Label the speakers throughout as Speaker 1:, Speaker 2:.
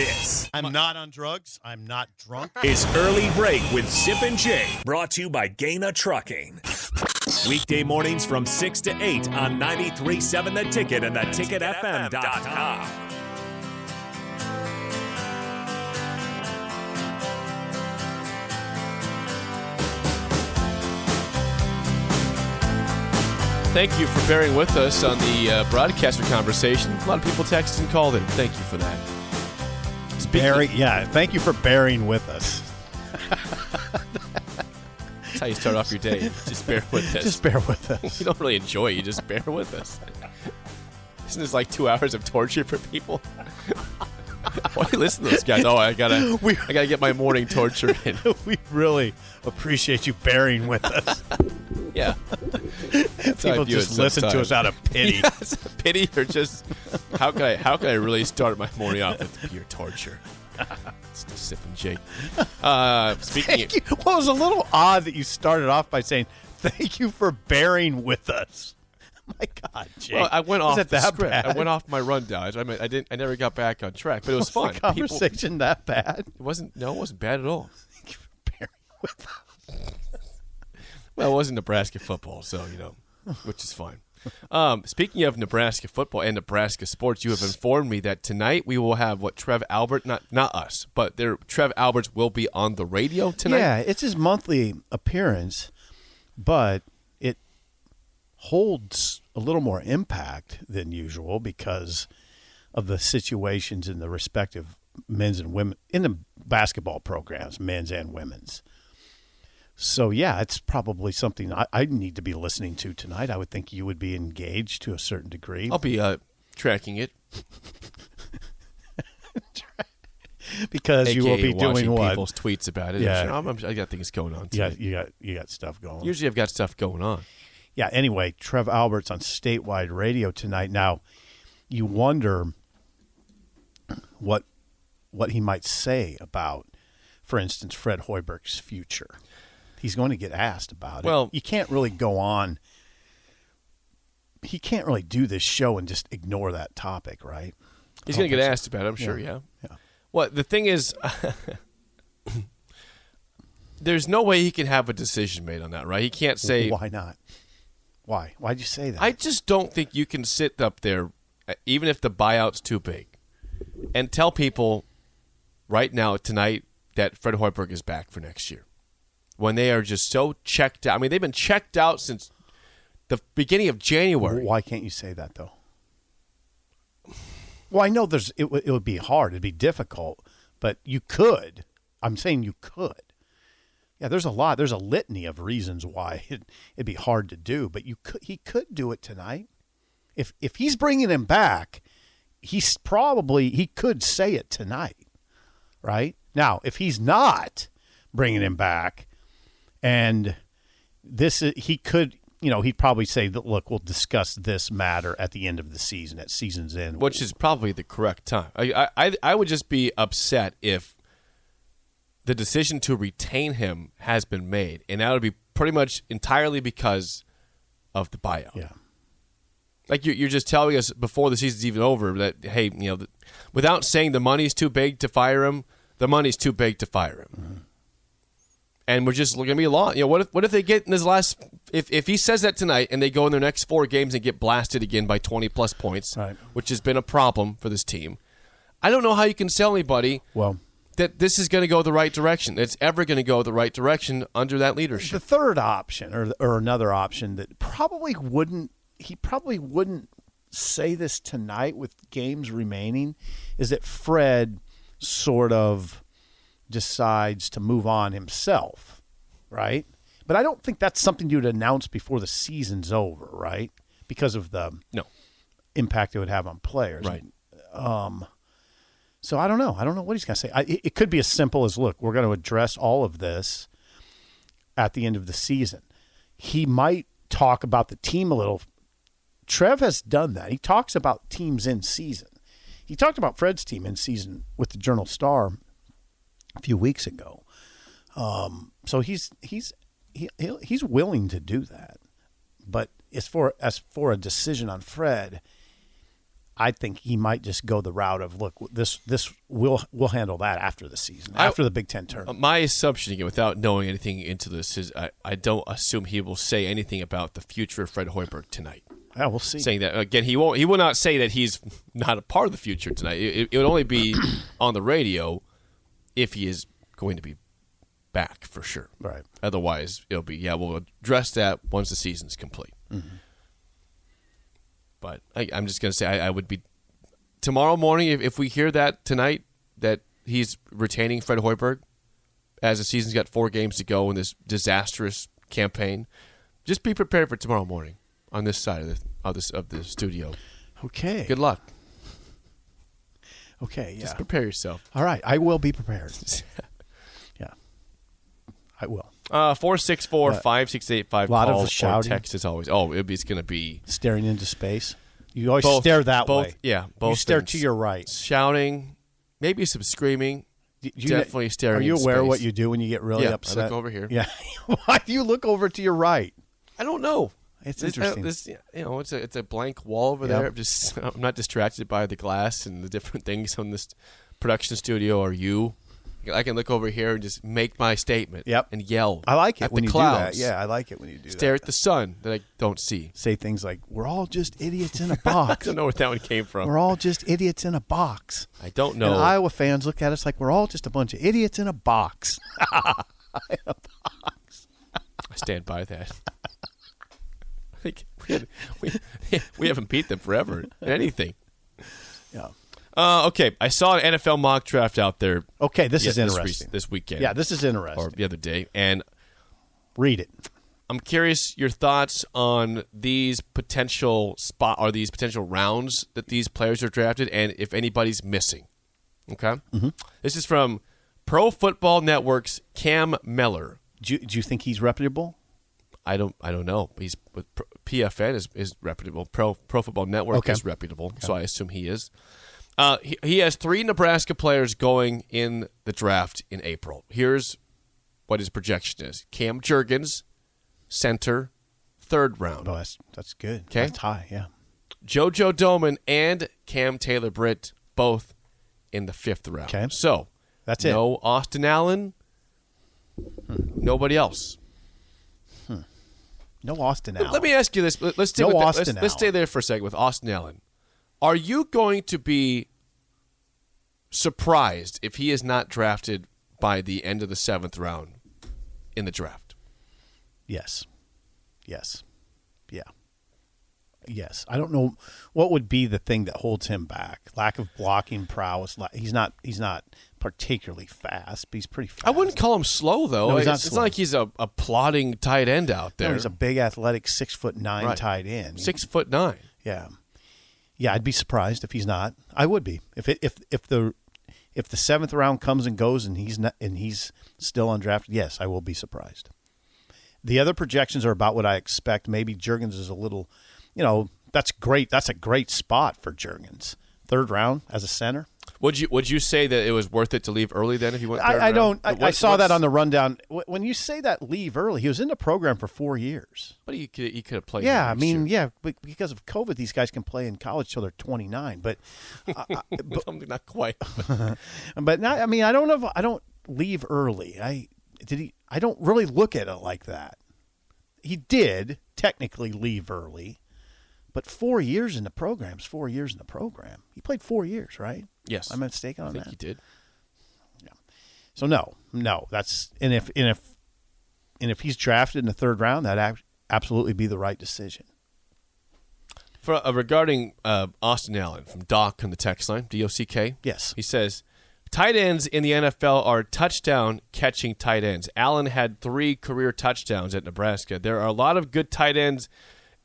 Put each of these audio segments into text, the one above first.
Speaker 1: This
Speaker 2: I'm not on drugs. I'm not drunk.
Speaker 1: is Early Break with Zip and Jay, brought to you by Gaina Trucking. Weekday mornings from 6 to 8 on 93.7 The Ticket and theticketfm.com.
Speaker 3: Thank you for bearing with us on the uh, broadcaster conversation. A lot of people texted and called in. Thank you for that. Speaking,
Speaker 2: Bearing, yeah. Thank you for bearing with us.
Speaker 3: that's how you start off your day. Just bear with us.
Speaker 2: Just bear with us.
Speaker 3: you don't really enjoy it. You just bear with us. Isn't this like two hours of torture for people? Why do you listen to those guys? Oh, I gotta,
Speaker 2: We-
Speaker 3: I gotta get my morning torture in.
Speaker 2: we really appreciate you bearing with us.
Speaker 3: Yeah, That's how I
Speaker 2: People
Speaker 3: view
Speaker 2: just
Speaker 3: it
Speaker 2: listen to us
Speaker 3: sometimes.
Speaker 2: out of pity.
Speaker 3: Yeah, it's a pity or just how can I how can I really start my morning off with pure torture? It's just sipping Jake. Uh, speaking
Speaker 2: Thank you. Well, it was a little odd that you started off by saying thank you for bearing with us. My God, Jake.
Speaker 3: well, I went
Speaker 2: was
Speaker 3: off
Speaker 2: it
Speaker 3: the
Speaker 2: that
Speaker 3: script.
Speaker 2: Bad?
Speaker 3: I went off my rundown. I mean, I didn't. I never got back on track, but it was,
Speaker 2: Was
Speaker 3: fun.
Speaker 2: the
Speaker 3: People,
Speaker 2: conversation
Speaker 3: it
Speaker 2: that bad?
Speaker 3: wasn't. No, it wasn't bad at all.
Speaker 2: Thank you for bearing with us.
Speaker 3: Well, it wasn't Nebraska football, so you know, which is fine. Um, speaking of Nebraska football and Nebraska sports, you have informed me that tonight we will have what Trev Albert, not not us, but there Trev Alberts will be on the radio tonight.
Speaker 2: Yeah, it's his monthly appearance, but it holds a little more impact than usual because of the situations in the respective men's and women in the basketball programs, men's and women's. So yeah, it's probably something I, I need to be listening to tonight. I would think you would be engaged to a certain degree
Speaker 3: I'll be uh, tracking it.
Speaker 2: because you will
Speaker 3: AKA
Speaker 2: be doing
Speaker 3: watching
Speaker 2: what?
Speaker 3: people's tweets about it.
Speaker 2: Yeah.
Speaker 3: I'm sure- I'm, I'm, I got things going on.
Speaker 2: Yeah,
Speaker 3: tonight.
Speaker 2: you got you got stuff going.
Speaker 3: Usually I've got stuff going on.
Speaker 2: yeah, anyway, Trev Alberts on statewide radio tonight. Now, you wonder what what he might say about, for instance, Fred Hoiberg's future. He's going to get asked about it.
Speaker 3: Well-
Speaker 2: you can't really go on. He can't really do this show and just ignore that topic, right?
Speaker 3: He's
Speaker 2: I
Speaker 3: going
Speaker 2: don't
Speaker 3: to get
Speaker 2: think so.
Speaker 3: asked about it, I'm sure, yeah.
Speaker 2: Yeah.
Speaker 3: Well, the thing is, there's no way he can have a decision made on that, right? He can't say,
Speaker 2: Why not? Why? Why'd you say that?
Speaker 3: I just don't think you can sit up there, uh, even if the buyout's too big, and tell people right now, tonight, that Fred Hoiberg is back for next year. When they are just so checked out. I mean, they've been checked out since the beginning of January.
Speaker 2: Why can't you say that though? Well, I know there's it, would- it would be hard, it'd be difficult, but you could. I'm saying you could. Yeah, there's a lot. There's a litany of reasons why it, it'd be hard to do, but you could. He could do it tonight. If if he's bringing him back, he's probably he could say it tonight, right? Now, if he's not bringing him back, and this is, he could you know he'd probably say that look we'll discuss this matter at the end of the season at season's end
Speaker 3: which is probably the correct time. I, I I would just be upset if the decision to retain him has been made, and that would be pretty much entirely because of the buyout.
Speaker 2: yeah
Speaker 3: Like you're, you're just telling us before the season's even over that hey, you know, th- without saying the money's too big to fire him, the money's too big to fire him.
Speaker 2: Mm-hmm.
Speaker 3: And we're just going to be long. You know, what if what if they get in this last? If if he says that tonight and they go in their next four games and get blasted again by twenty plus points,
Speaker 2: Right.
Speaker 3: which has been a problem for this team, I don't know how you can sell anybody
Speaker 2: well
Speaker 3: that this is going to go the right direction. It's ever going to go the right direction under that
Speaker 2: the
Speaker 3: leadership.
Speaker 2: third option or or another option that probably wouldn't he probably wouldn't say this tonight with games remaining is that Fred sort of decides to move on himself, right? But I don't think that's something you'd announce before the season's over, right? Because of the
Speaker 3: No,
Speaker 2: impact it would have on players.
Speaker 3: right.
Speaker 2: So I don't know. I don't know what he's going to say. I, it it could be as simple as look, we're going to address all of this at the end of the season. He might talk about the team a little. Trev has done that. He talks about teams in season. He talked about Fred's team in season with the Journal Star a few weeks ago. Um, so he's he's he, he'll- he's willing to do that. But as for as for a decision on Fred, I think he might just go the route of look this this we'll we'll handle that after the season
Speaker 3: I-
Speaker 2: after the Big Ten tournament.
Speaker 3: Uh, My assumption again, without knowing anything into this, is I, I don't assume he will say anything about the future of Fred Hoiberg tonight.
Speaker 2: yeah, we'll see.
Speaker 3: Saying that again, he won't. He will not say that he's not a part of the future tonight. It, it would only be on the radio if he is going to be back for sure.
Speaker 2: Right.
Speaker 3: Otherwise, it'll be yeah. We'll address that once the season's complete.
Speaker 2: Mm-hmm.
Speaker 3: But I, I'm just gonna say I, I would be tomorrow morning if, if we hear that tonight that he's retaining Fred Hoiberg as the season's got four games to go in this disastrous campaign. Just be prepared for tomorrow morning on this side of the of this of the studio.
Speaker 2: Okay.
Speaker 3: Good luck.
Speaker 2: Okay. Yeah.
Speaker 3: Just prepare yourself.
Speaker 2: All right. I will be prepared. yeah. I will.
Speaker 3: Uh, four six four five six eight five.
Speaker 2: Lot of
Speaker 3: calls
Speaker 2: shouting.
Speaker 3: or text as always. Oh, it'd be, it's gonna be
Speaker 2: Staring into space. You always stare that
Speaker 3: both,
Speaker 2: way.
Speaker 3: Yeah, both.
Speaker 2: You stare to
Speaker 3: things.
Speaker 2: your right.
Speaker 3: shouting, maybe some screaming.
Speaker 2: Do you-
Speaker 3: Definitely staring
Speaker 2: Are you
Speaker 3: in
Speaker 2: aware
Speaker 3: space.
Speaker 2: what you do when you get really
Speaker 3: Yeah, I
Speaker 2: upset?
Speaker 3: look over here.
Speaker 2: Yeah. Why do you look over to your right?
Speaker 3: I don't know.
Speaker 2: It's
Speaker 3: This- I
Speaker 2: interesting.
Speaker 3: don't- This, you know, it's a it's a blank wall over
Speaker 2: Yeah.
Speaker 3: there. I'm just I'm not distracted by the glass and the different things on this production studio or you. I can look over here and just make my statement.
Speaker 2: Yep.
Speaker 3: And yell.
Speaker 2: I like it
Speaker 3: at
Speaker 2: when
Speaker 3: the
Speaker 2: you
Speaker 3: clouds.
Speaker 2: do that. Yeah, I like it when you do
Speaker 3: Stare
Speaker 2: that.
Speaker 3: at the sun that I don't see.
Speaker 2: Say things like, "We're all just idiots in a
Speaker 3: I
Speaker 2: box.
Speaker 3: don't know where that one came from.
Speaker 2: we're all just idiots in a box."
Speaker 3: I don't know.
Speaker 2: And Iowa fans look at us like we're all just a bunch of idiots in a box.
Speaker 3: I stand by that. like we, had, we, we haven't beat them forever. in Anything.
Speaker 2: Yeah.
Speaker 3: Uh, okay, I saw an NFL mock draft out there.
Speaker 2: Okay, this
Speaker 3: yeah,
Speaker 2: is
Speaker 3: rec-
Speaker 2: interesting.
Speaker 3: This weekend,
Speaker 2: yeah, this is interesting.
Speaker 3: or the other day, and
Speaker 2: Read it.
Speaker 3: I'm curious your thoughts on these potential spot or these potential rounds that these players are drafted, and if anybody's missing. Okay,
Speaker 2: Mm-hmm.
Speaker 3: this is from Pro Football Network's Cam Meller.
Speaker 2: Do you, do you think he's reputable?
Speaker 3: I don't I don't know. He's with Pro- PFN is, is reputable. Pro Pro Football Network
Speaker 2: Okay.
Speaker 3: is reputable, so I assume he is. Uh, he, he has three Nebraska players going in the draft in April. Here's what his projection is: Cam Jurgens, center, third round.
Speaker 2: Oh, that's that's good.
Speaker 3: 'Kay.
Speaker 2: That's high. Yeah.
Speaker 3: JoJo Doman and Cam Taylor Britt both in the fifth round.
Speaker 2: Okay.
Speaker 3: So
Speaker 2: That's it. Hmm.
Speaker 3: no Austin Allen, nobody else.
Speaker 2: No Austin Allen.
Speaker 3: Let me ask you this. Let- Let's stay
Speaker 2: No
Speaker 3: with that.
Speaker 2: Austin
Speaker 3: let's, let's stay
Speaker 2: Allen.
Speaker 3: there for a second with Austin Allen. Are you going to be surprised if he is not drafted by the end of the seventh round in the draft?
Speaker 2: Yes. Yes. Yeah. Yes. I don't know what would be the thing that holds him back. Lack of blocking prowess. la- He's not. He's not particularly fast. But he's pretty fast.
Speaker 3: I wouldn't call him slow though.
Speaker 2: No, he's not
Speaker 3: it's, it's
Speaker 2: slow.
Speaker 3: not like he's a, a plodding tight end out there.
Speaker 2: No, he's a big, athletic, six foot nine
Speaker 3: Right.
Speaker 2: tight end.
Speaker 3: six foot nine.
Speaker 2: Yeah. Yeah, I'd be surprised if he's not. I would be if it, if if the if the seventh round comes and goes and he's not and he's still undrafted. Yes, I will be surprised. The other projections are about what I expect. Maybe Jurgens is a little, you know, that's great. That's a great spot for Jurgens. Third round as a center.
Speaker 3: Would you would you say that it was worth it to leave early then if you went? third
Speaker 2: I, I
Speaker 3: round?
Speaker 2: don't. I,
Speaker 3: What-
Speaker 2: I saw that
Speaker 3: what's-
Speaker 2: on the rundown. Wh- When you say that leave early, he was in the program for four years.
Speaker 3: But he could he could have played.
Speaker 2: Yeah, I
Speaker 3: next
Speaker 2: mean,
Speaker 3: year.
Speaker 2: yeah, but because of COVID, these guys can play in college till they're twenty nine. But
Speaker 3: not quite.
Speaker 2: But not, I mean, I don't know. If, I don't leave early. I did he. I don't really look at it like that. He did technically leave early, but four years in the program's four years in the program. He played four years, right?
Speaker 3: Yes.
Speaker 2: I'm mistaken
Speaker 3: I
Speaker 2: on
Speaker 3: think
Speaker 2: that.
Speaker 3: he did.
Speaker 2: So no, no. That's and if and if and if he's drafted in the third round, that would absolutely be the right decision.
Speaker 3: For, uh, regarding uh, Austin Allen from Doc on the text line, D O C K.
Speaker 2: Yes.
Speaker 3: He says, tight ends in the NFL are touchdown catching tight ends. Allen had three career touchdowns at Nebraska. There are a lot of good tight ends,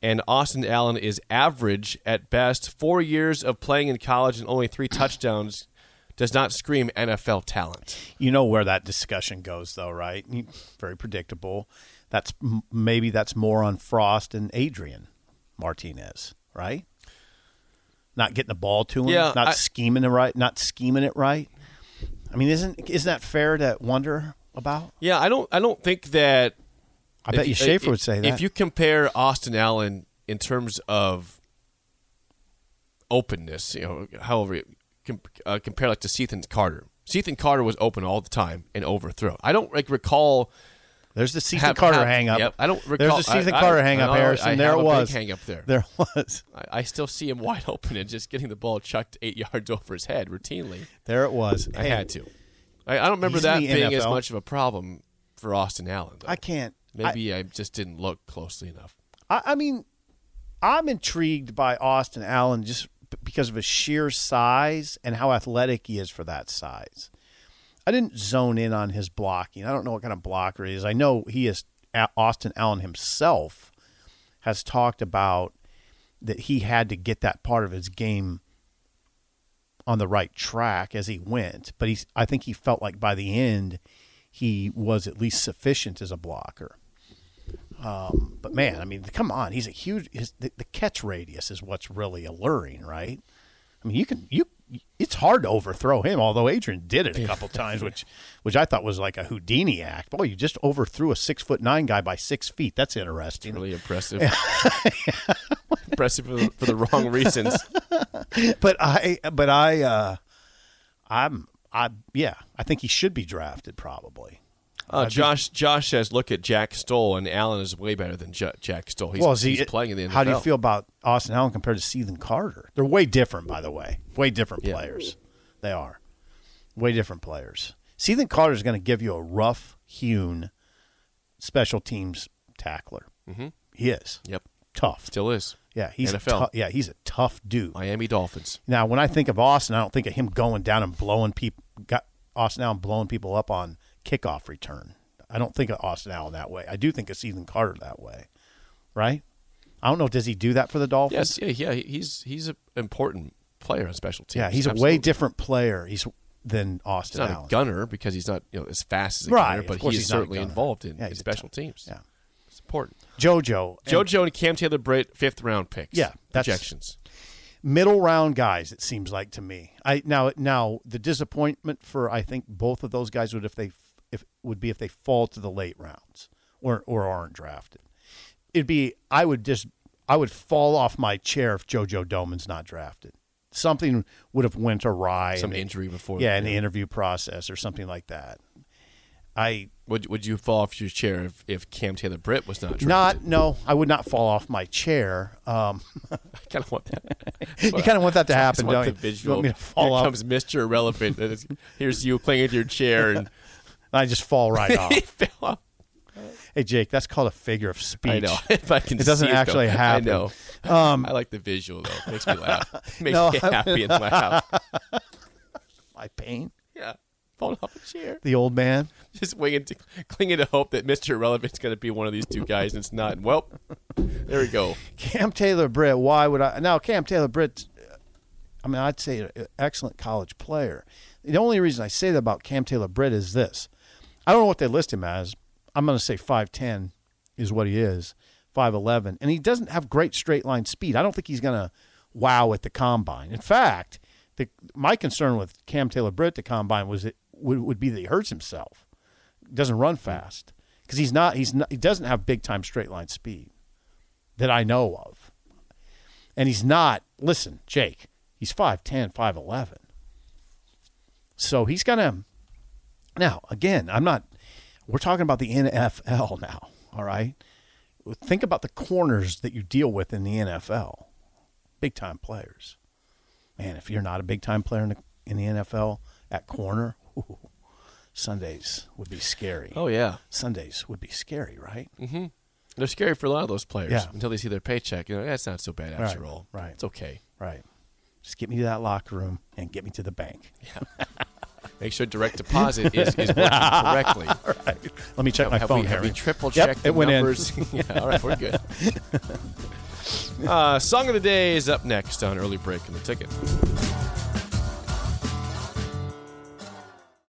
Speaker 3: and Austin Allen is average at best. Four years of playing in college and only three touchdowns does not scream NFL talent.
Speaker 2: You know where that discussion goes, though, right? You- Very predictable. That's m- maybe that's more on Frost and Adrian Martinez, right? Not getting the ball to him,
Speaker 3: Yeah,
Speaker 2: not
Speaker 3: I-
Speaker 2: scheming the right, not scheming it right. I mean, isn't isn't that fair to wonder about?
Speaker 3: Yeah, I don't. I don't think that.
Speaker 2: I bet you Schaefer would say that.
Speaker 3: If you compare Austin Allen in terms of openness, you know, however, you com- uh, compare like to Seathan Carter. Seathan Carter was open all the time and overthrow. I don't like recall.
Speaker 2: There's the Season
Speaker 3: Have-
Speaker 2: Carter
Speaker 3: have-
Speaker 2: hang up.
Speaker 3: yep, I don't recall-
Speaker 2: There's the Season
Speaker 3: I- I-
Speaker 2: Carter
Speaker 3: I
Speaker 2: hang up,
Speaker 3: know, I
Speaker 2: Harrison. there
Speaker 3: have
Speaker 2: it
Speaker 3: a big
Speaker 2: was.
Speaker 3: hang up there.
Speaker 2: There was.
Speaker 3: I, I still see him wide open and just getting the ball chucked eight yards over his head routinely.
Speaker 2: There it was.
Speaker 3: I
Speaker 2: Hey,
Speaker 3: had to. I, I don't remember
Speaker 2: He's
Speaker 3: that
Speaker 2: in the
Speaker 3: being as
Speaker 2: NFL.
Speaker 3: much of a problem for Austin Allen. Though.
Speaker 2: I can't. I-
Speaker 3: Maybe I, just didn't look closely enough.
Speaker 2: I, I mean, I'm intrigued by Austin Allen just b- because of his sheer size and how athletic he is for that size. I didn't zone in on his blocking. I don't know what kind of blocker he is. I know he is A- Austin Allen himself has talked about that he had to get that part of his game on the right track as he went, but he's I think he felt like by the end he was at least sufficient as a blocker. Um, But man, I mean, come on, he's a huge. His, the, the catch radius is what's really alluring, right? I mean, you can you. It's hard to overthrow him, although Adrian did it a couple times, which which I thought was like a Houdini act. Boy, you just overthrew a six foot nine guy by six feet. That's interesting.
Speaker 3: Really impressive. impressive for the, for the wrong reasons.
Speaker 2: But I, but I, uh, I'm, I, yeah, I think he should be drafted probably.
Speaker 3: Uh, Josh Josh says, look at Jack Stoll, and Allen is way better than J- Jack Stoll. He's,
Speaker 2: well, is he-
Speaker 3: he's playing in the NFL.
Speaker 2: How do you feel about Austin Allen compared to Seethan Carter? They're way different, by the way. Way different
Speaker 3: Yeah.
Speaker 2: players. They are. Way different players. Seethan Carter is going to give you a rough hewn special teams tackler. Mm-hmm. He is
Speaker 3: Yep,
Speaker 2: tough.
Speaker 3: still is.
Speaker 2: Yeah, he's a
Speaker 3: NFL.
Speaker 2: tou- yeah, he's a tough dude.
Speaker 3: Miami Dolphins.
Speaker 2: Now, when I think of Austin, I don't think of him going down and blowing people. Got Austin Allen blowing people up on kickoff return. I don't think of Austin Allen that way. I do think of Season Carter that way, right? I don't know. Does he do that for the Dolphins?
Speaker 3: Yes, yeah, yeah. He's he's an important player on special teams.
Speaker 2: yeah, he's a
Speaker 3: Absolutely.
Speaker 2: way different player. He's than
Speaker 3: He's
Speaker 2: Austin
Speaker 3: not
Speaker 2: Allen.
Speaker 3: a gunner because he's not you know as fast as a
Speaker 2: Right,
Speaker 3: gunner,
Speaker 2: of
Speaker 3: but
Speaker 2: course
Speaker 3: he is
Speaker 2: he's not a
Speaker 3: certainly
Speaker 2: gunner.
Speaker 3: involved in,
Speaker 2: Yeah,
Speaker 3: in
Speaker 2: he's a
Speaker 3: special
Speaker 2: tough-
Speaker 3: teams.
Speaker 2: yeah.
Speaker 3: it's important.
Speaker 2: JoJo, and
Speaker 3: JoJo and Cam Taylor Britt, fifth round picks.
Speaker 2: Yeah, that's-
Speaker 3: projections.
Speaker 2: middle round guys. It seems like to me. I now now the disappointment for I think both of those guys would if they if would be if they fall to the late rounds or or aren't drafted. It'd be I would just I would fall off my chair if JoJo Doman's not drafted. Something would have went awry.
Speaker 3: Some
Speaker 2: in the-
Speaker 3: injury before.
Speaker 2: yeah, in the interview process or something like that. I
Speaker 3: Would would you fall off your chair if, if Cam Taylor Britt was not? drafted?
Speaker 2: not no, I would not fall off my chair. Um,
Speaker 3: I kind of want that.
Speaker 2: you kind of want that to
Speaker 3: I just
Speaker 2: happen,
Speaker 3: want
Speaker 2: don't
Speaker 3: the
Speaker 2: you?
Speaker 3: visual.
Speaker 2: You want me to fall
Speaker 3: Here
Speaker 2: off?
Speaker 3: comes Mister Irrelevant. and it's- Here's you clinging to your chair and
Speaker 2: and I just fall right off.
Speaker 3: he fell off.
Speaker 2: Hey, Jake, that's called a figure of speech.
Speaker 3: I know. If I can
Speaker 2: It doesn't
Speaker 3: see
Speaker 2: actually
Speaker 3: though.
Speaker 2: happen.
Speaker 3: I know. I like the visual though. It makes me laugh. It makes
Speaker 2: No,
Speaker 3: me happy and laugh.
Speaker 2: My pain.
Speaker 3: Yeah. Falling off a chair.
Speaker 2: The old man.
Speaker 3: Just winging to, clinging to hope that Mr. Irrelevant's going to be one of these two guys, and it's not. Well, there we go.
Speaker 2: Cam Taylor Britt. Why would I? Now, Cam Taylor Britt, I mean, I'd say an excellent college player. The only reason I say that about Cam Taylor Britt is this I don't know what they list him as. I'm going to say 5'10 is what he is, 5'11. And he doesn't have great straight line speed. I don't think he's going to wow at the combine. In fact, the, my concern with Cam Taylor Britt, the combine, was it would, would be that he hurts himself, doesn't run fast. Because he's not, he's not, he doesn't have big time straight line speed that I know of. And he's not, listen, Jake, he's 5'10, 5'11. So he's going to, now, again, I'm not, we're talking about the NFL now, all right? Think about the corners that you deal with in the NFL, big time players. Man, if you're not a big time player in the, in the NFL at corner, ooh, Sundays would be scary.
Speaker 3: Oh yeah,
Speaker 2: Sundays would be scary, right?
Speaker 3: they're scary for a lot of those players
Speaker 2: Yeah.
Speaker 3: until they see their paycheck. You know, that's not so bad after
Speaker 2: Right,
Speaker 3: all.
Speaker 2: right.
Speaker 3: It's okay.
Speaker 2: Right. Just get me to that locker room and get me to the bank.
Speaker 3: Make sure direct deposit is, is working correctly.
Speaker 2: Let me check my
Speaker 3: have
Speaker 2: phone,
Speaker 3: we, have
Speaker 2: Harry.
Speaker 3: we triple
Speaker 2: Yep,
Speaker 3: checked
Speaker 2: it
Speaker 3: the
Speaker 2: went in.
Speaker 3: numbers? yeah, all right, we're good. uh, Song of the Day is up next on Early Break in the Ticket.